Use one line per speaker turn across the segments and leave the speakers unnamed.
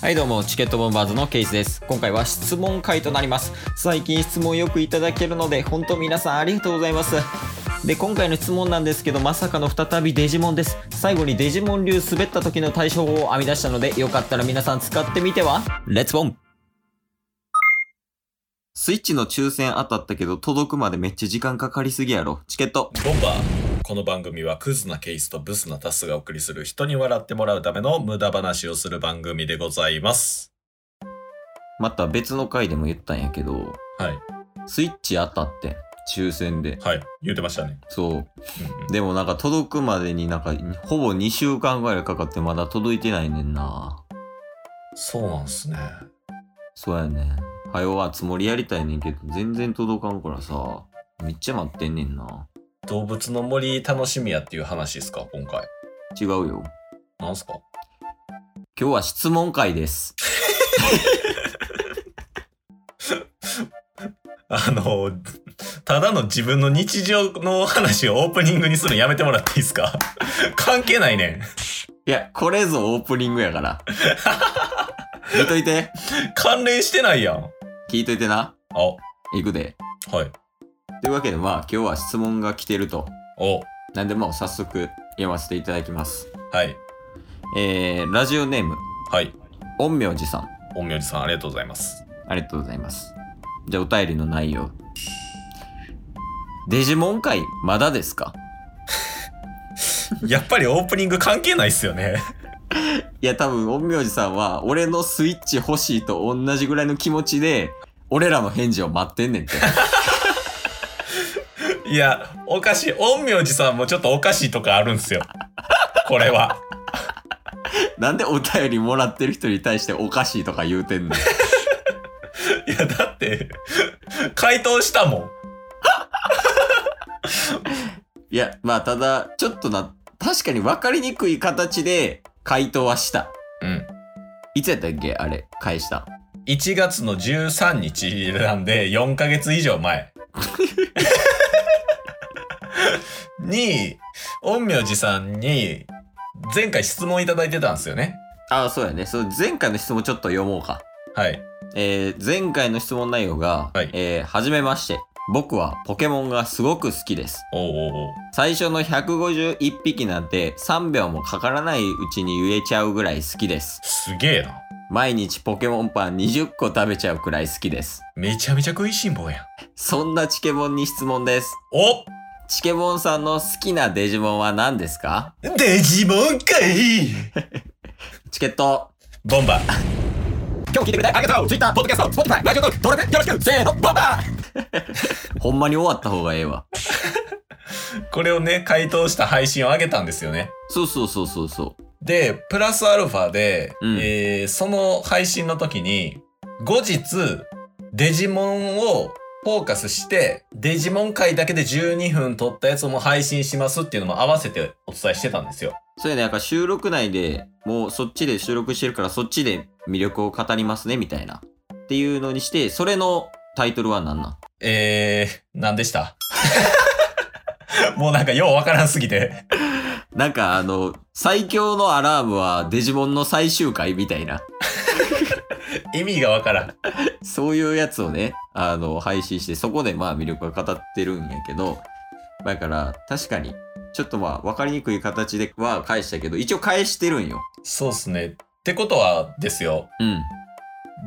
はいどうもチケットボンバーズのケイスです今回は質問会となります最近質問よくいただけるので本当皆さんありがとうございますで今回の質問なんですけどまさかの再びデジモンです最後にデジモン流滑った時の対処法を編み出したのでよかったら皆さん使ってみてはレッツボンスイッチの抽選当たったけど届くまでめっちゃ時間かかりすぎやろチケット
ボンバーこの番組はクズなケイスとブスなタスがお送りする人に笑ってもらうための無駄話をする番組でございます。
また別の回でも言ったんやけど
はい。
スイッチ当たって抽選で
はい。言うてましたね。
そう
うんうん
でもなんか届くまでになんかほぼ2週間ぐらいかかってまだ届いてないねんな。
そうなんすね。
そうやねん。はよはつもりやりたいねんけど全然届かんからさ。めっちゃ待ってんねんな。
動物の森楽しみやっていう話ですか今回。
違うよ。
なんすか
今日は質問会です。
あの、ただの自分の日常の話をオープニングにするのやめてもらっていいですか 関係ないねん。
いや、これぞオープニングやから。聞いといて。
関連してないやん。
聞いといてな。
あ、はい
くで。
い。
というわけでまあ今日は質問が来てると。
お、
なんでもう早速読ませていただきます。
はい。
えー、ラジオネーム、
はい。
陰陽師さん。
おみおじさんありがとうございます。
ありがとうございます。じゃあお便りの内容。デジモン界まだですか
やっぱりオープニング関係ないっすよね。
いや多分、陰陽師さんは俺のスイッチ欲しいと同じぐらいの気持ちで、俺らの返事を待ってん ねんって。
いや、おかしい。陰陽師さんもちょっとおかしいとかあるんすよ。 これは。
なんでお便りもらってる人に対しておかしいとか言うてんの
いや、だって、 回答したもん。
いや、まあただ、ちょっとな、確かに分かりにくい形で回答はした。
うん。
いつやったっけあれ、返した。
1月の13日なんで、4ヶ月以上前。 に、陰陽師さんに、前回質問いただいてたんですよね。
ああ、そうやね。その前回の質問ちょっと読もうか。
はい。
えー前回の質問内容が、
はい
えーはじめまして。僕はポケモンがすごく好きです。
おうおうおう
最初の151匹なんて3秒もかからないうちに言えちゃうぐらい好きです。
すげえな。
毎日ポケモンパン20個食べちゃうくらい好きです。
めちゃめちゃ食いしん坊やん。
そんなチケボンに質問です。
お
チケボンさんの好きなデジモンは何ですか
デジモンかい
チケット。
ボンバー。
今日聞いてくれてありがとう !Twitter、ポッドキャスト、Spotify、ラジオトーク、登録よろしくせーの、バンバーほんまに終わった方がええわ。
これをね、回答した配信を上げたんですよね。
そうそうそうそうそう。
で、プラスアルファで、
うん
えーその配信の時に、後日、デジモンをフォーカスして、デジモン回だけで12分撮ったやつも配信しますっていうのも合わせてお伝えしてたんですよ。
そうやね、なんか収録内でもうそっちで収録してるからそっちで魅力を語りますねみたいな。っていうのにして、それのタイトルは何なん
えー、何でした もうなんかようわからんすぎて。
なんかあの、最強のアラームはデジモンの最終回みたいな。
意味がわからん。
そういうやつをね、あの、配信して、そこでまあ魅力が語ってるんやけど、だから確かに、ちょっとまあ分かりにくい形では返したけど、一応返してるんよ。
そうっすね。ってことはですよ。
うん。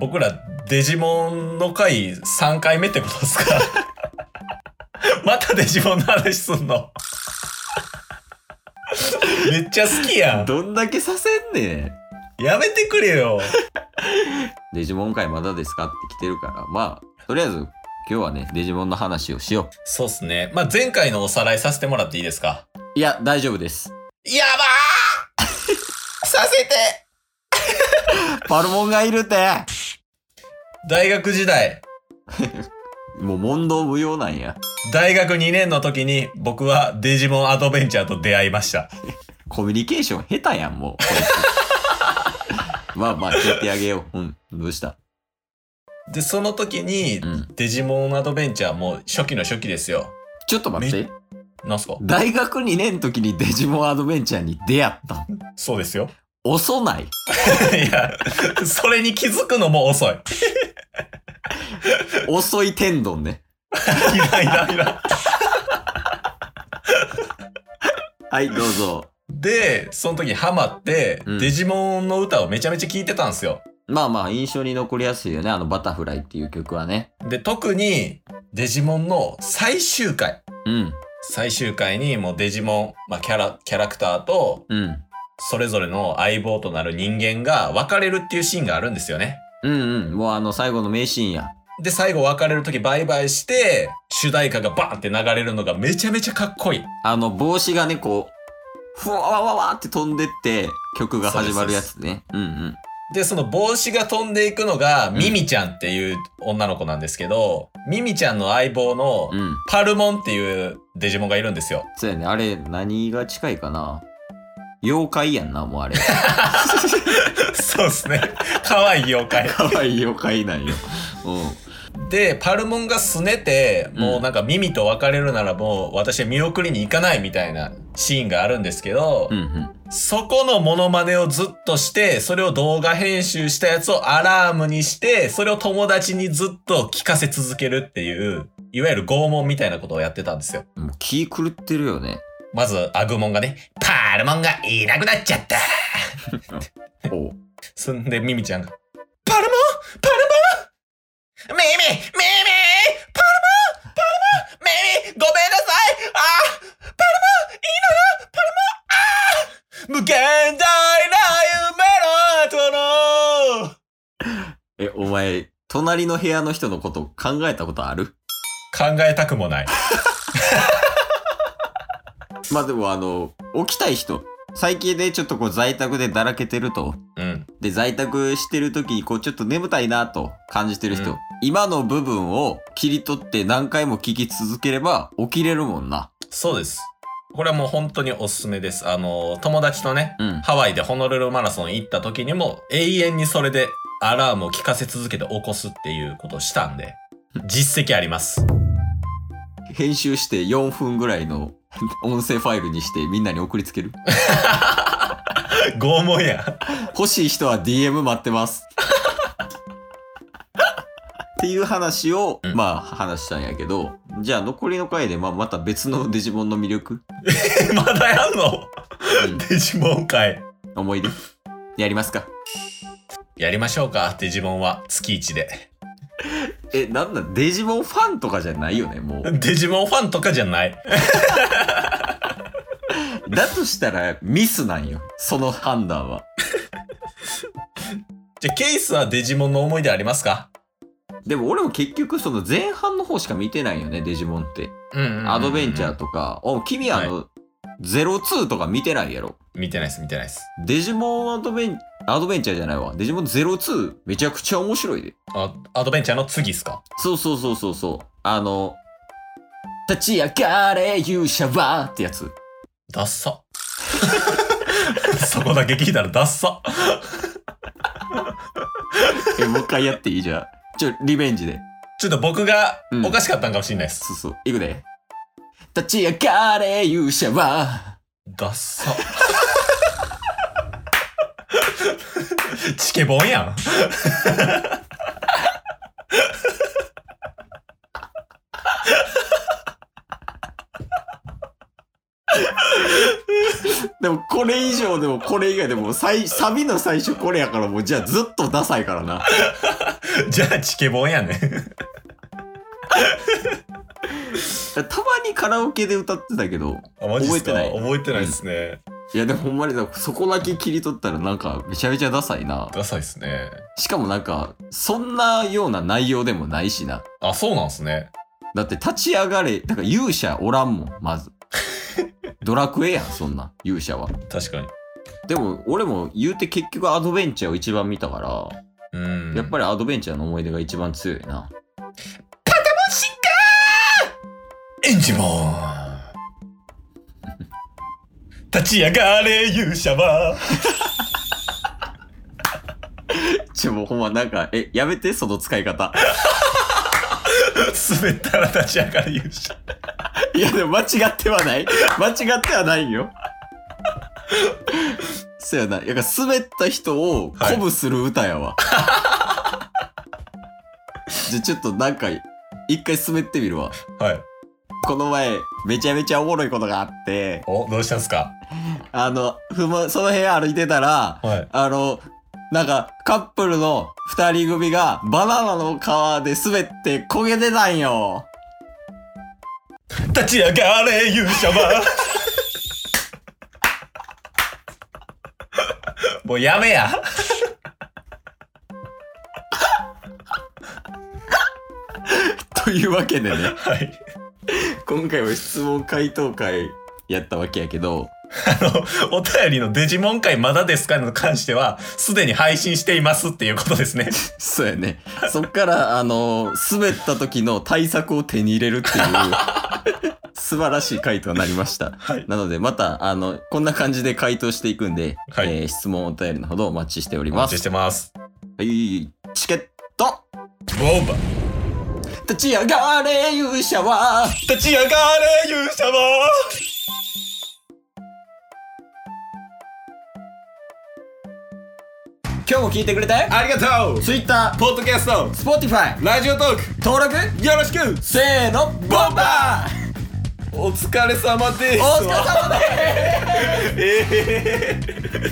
僕らデジモンの回3回目ってことですか またデジモンの話すんの めっちゃ好きや
どんだけさせんねん。
んやめてくれよ
デジモン界まだですかって来てるから、まあ、とりあえず今日はね、デジモンの話をしよ
そうっすねまあ前回のおさらいさせてもらっていいですか
う。いや、大丈夫です。
やばー させて
パルモンがいるって
大学時代
もう問答無用なんや。
大学2年の時に僕はデジモンアドベンチャーと出会いました
コミュニケーション下手やん、もうこいつ。 まあまあ、聞いてあげよう。うん。どうした
でその時に
うん。
デジモンアドベンチャーもう初期の初期ですよ
ちょっと待って。
なんすか
大学2年の時にデジモンアドベンチャーに出会ったん
そうですよ
遅ない
いや、それに気づくのも遅い。
遅い天丼ね。
いらんいらんいらん
はい、どうぞ。
で、その時にハマって、
うん
デジモンの歌をめちゃめちゃ聴いてたんですよ。
まあまあ、印象に残りやすいよね。あの、バタフライっていう曲はね。
で、特に、デジモンの最終回。
うん、
最終回にもうデジモン、まあキャラ、キャラクターと、
うん。
それぞれの相棒となる人間が別れるっていうシーンがあるんですよね。
うんうん。もうあの、最後の名シーンや。
で、最後別れる時バイバイして、主題歌がバーンって流れるのがめちゃめちゃかっこいい。
あの、帽子がね、こう、ふわわわわって飛んでって、曲が始まるやつね。うんうん。
で、その帽子が飛んでいくのが、
ん
ミミちゃんっていう女の子なんですけど、ミミちゃんの相棒の
うん。
パルモンっていうデジモンがいるんですよ。
そうやね。あれ、何が近いかな妖怪 やんな、もうあれ。
そうです ね。可愛い妖怪。
かわいい妖怪なんよ。う
で、パルモンが拗ねて、もうなんかミミと別れるならもう私は見送りに行かないみたいなシーンがあるんですけど、
ん。うんうん。
そこのモノマネをずっとして、それを動画編集したやつをアラームにして、それを友達にずっと聞かせ続けるっていう、いわゆる拷問みたいなことをやってたんですよ。
もう気狂ってるよね。
まず、アグモンがね、パールモンがいなくなっちゃ った。
おう
そんで、ミミちゃんが、パルモンパルモンミミミミパルモンパルモンミミごめんなさいあーパルモンいいのよパルモンあー無限大な夢の後の
え、お前、隣の部屋の人のこと考えたことある
考えたくもない。
まあでもあの、起きたい人。最近でちょっとこう在宅でだらけてると。
うん。
で、在宅してる時にこうちょっと眠たいなと感じてる人。
うん
今の部分を切り取って何回も聞き続ければ起きれるもんな。
そうです。これはもう本当におすすめです。あの、友達とね、
うん。
ハワイでホノルルマラソン行った時にも永遠にそれでアラームを聞かせ続けて起こすっていうことをしたんで、実績あります。
編集して4分ぐらいの 音声ファイルにしてみんなに送りつける。
拷問や。
欲しい人は DM 待ってます。 っていう話を、
うん
まあ話したんやけど、じゃあ残りの回で、まあ、また別の デジモンの魅力、
まだやんのデジモン会。
うん思い出、やりますか。
やりましょうか、デジモンは。月1で。
え、なんだ、デジモンファンとかじゃないよね、もう。
デジモンファンとかじゃない。
だとしたらミスなんよ。その判断は。
じゃ、ケースはデジモンの思い出ありますか
でも俺も結局その前半の方しか見てないよね、デジモンって。
うん
アドベンチャー
ー。
とか。お、君あの、02とか見てないやろ。
見てないです、見てないです。
デジモンアドベン、アドベンチャーじゃないわ。デジモン02めちゃくちゃ面白いで。
あアドベンチャーの次っすか
そうそうそうそうそう。あの、立ち上がれ勇者はってやつ。
ダッサ。 そこだけ聞いたらダッサ。
え、もう一回やっていいじゃん。ちょ、リベンジで。
ちょっと僕が
うん
おかしかったんかもしれないです。
そうそう。いくで。立ち上がれ勇者は
ダッサ。 チケボンやん。
でもこれ以上でもこれ以外でも最サビの最初これやからもうじゃあずっとダサいからな。
じゃあチケボンやねん。
たまにカラオケで歌ってたけど、
あマジっす
覚えて
か
ない
覚えてないですね。
いやでもほんまにだそこだけ切り取ったらなんかめちゃめちゃダサいな。
ダサいっすね。
しかもなんかそんなような内容でもないしな。
あ、そうなんすね。
だって立ち上がれ、だから勇者おらんもん、まず。ドラクエやん、そんな勇者は。
確かに。
でも俺も言うて結局アドベンチャーを一番見たから、
うん。
やっぱ
り。
りアドベンチャーの思い出が一番強いな。
しかエンジモン立ち上がれ勇者は
ちょ、もうほんまなんか、え、やめて、その使い方。
滑ったら立ち上がれ勇者。
いや、でも間違ってはない。間違ってはないよ。そうやな。やから滑った人を
はい
鼓舞する歌やわ。じゃ、ちょっとなんか、一回滑ってみるわ。
はい。
この前、めちゃめちゃおもろいことがあって、
お、どうしたんすか
あの、ふま、その辺歩いてたら、
はい。
あの、なんか、カップルの二人組がバナナの皮で滑って焦げてたんよ。
立ち上がれ、勇者 は。もうやめや。
というわけでね、
はい。
今回は質問回答会やったわけやけど、
あの、お便りのデジモン会まだですかに関しては、すでに配信していますっていうことですね。
そうやね。そっから、あの、滑った時の対策を手に入れるっていう、 素晴らしい回答になりました。
はい。
なので、また、あの、こんな感じで回答していくんで、
はい
えー質問お便りのほどお待ちしており
お
ま
待
す。
ちしてます。
はい、チケット
ボンバ
立ち上がれ勇者は
立ち上がれ、勇者は。
今日も聞いてくれて
ありがとう
Twitter、
ポッドキャスト、
Spotify、
ラジオトー
登録
ク、よろしく
せーの、ボンバー
お疲れ様です
お疲れ様です
ええ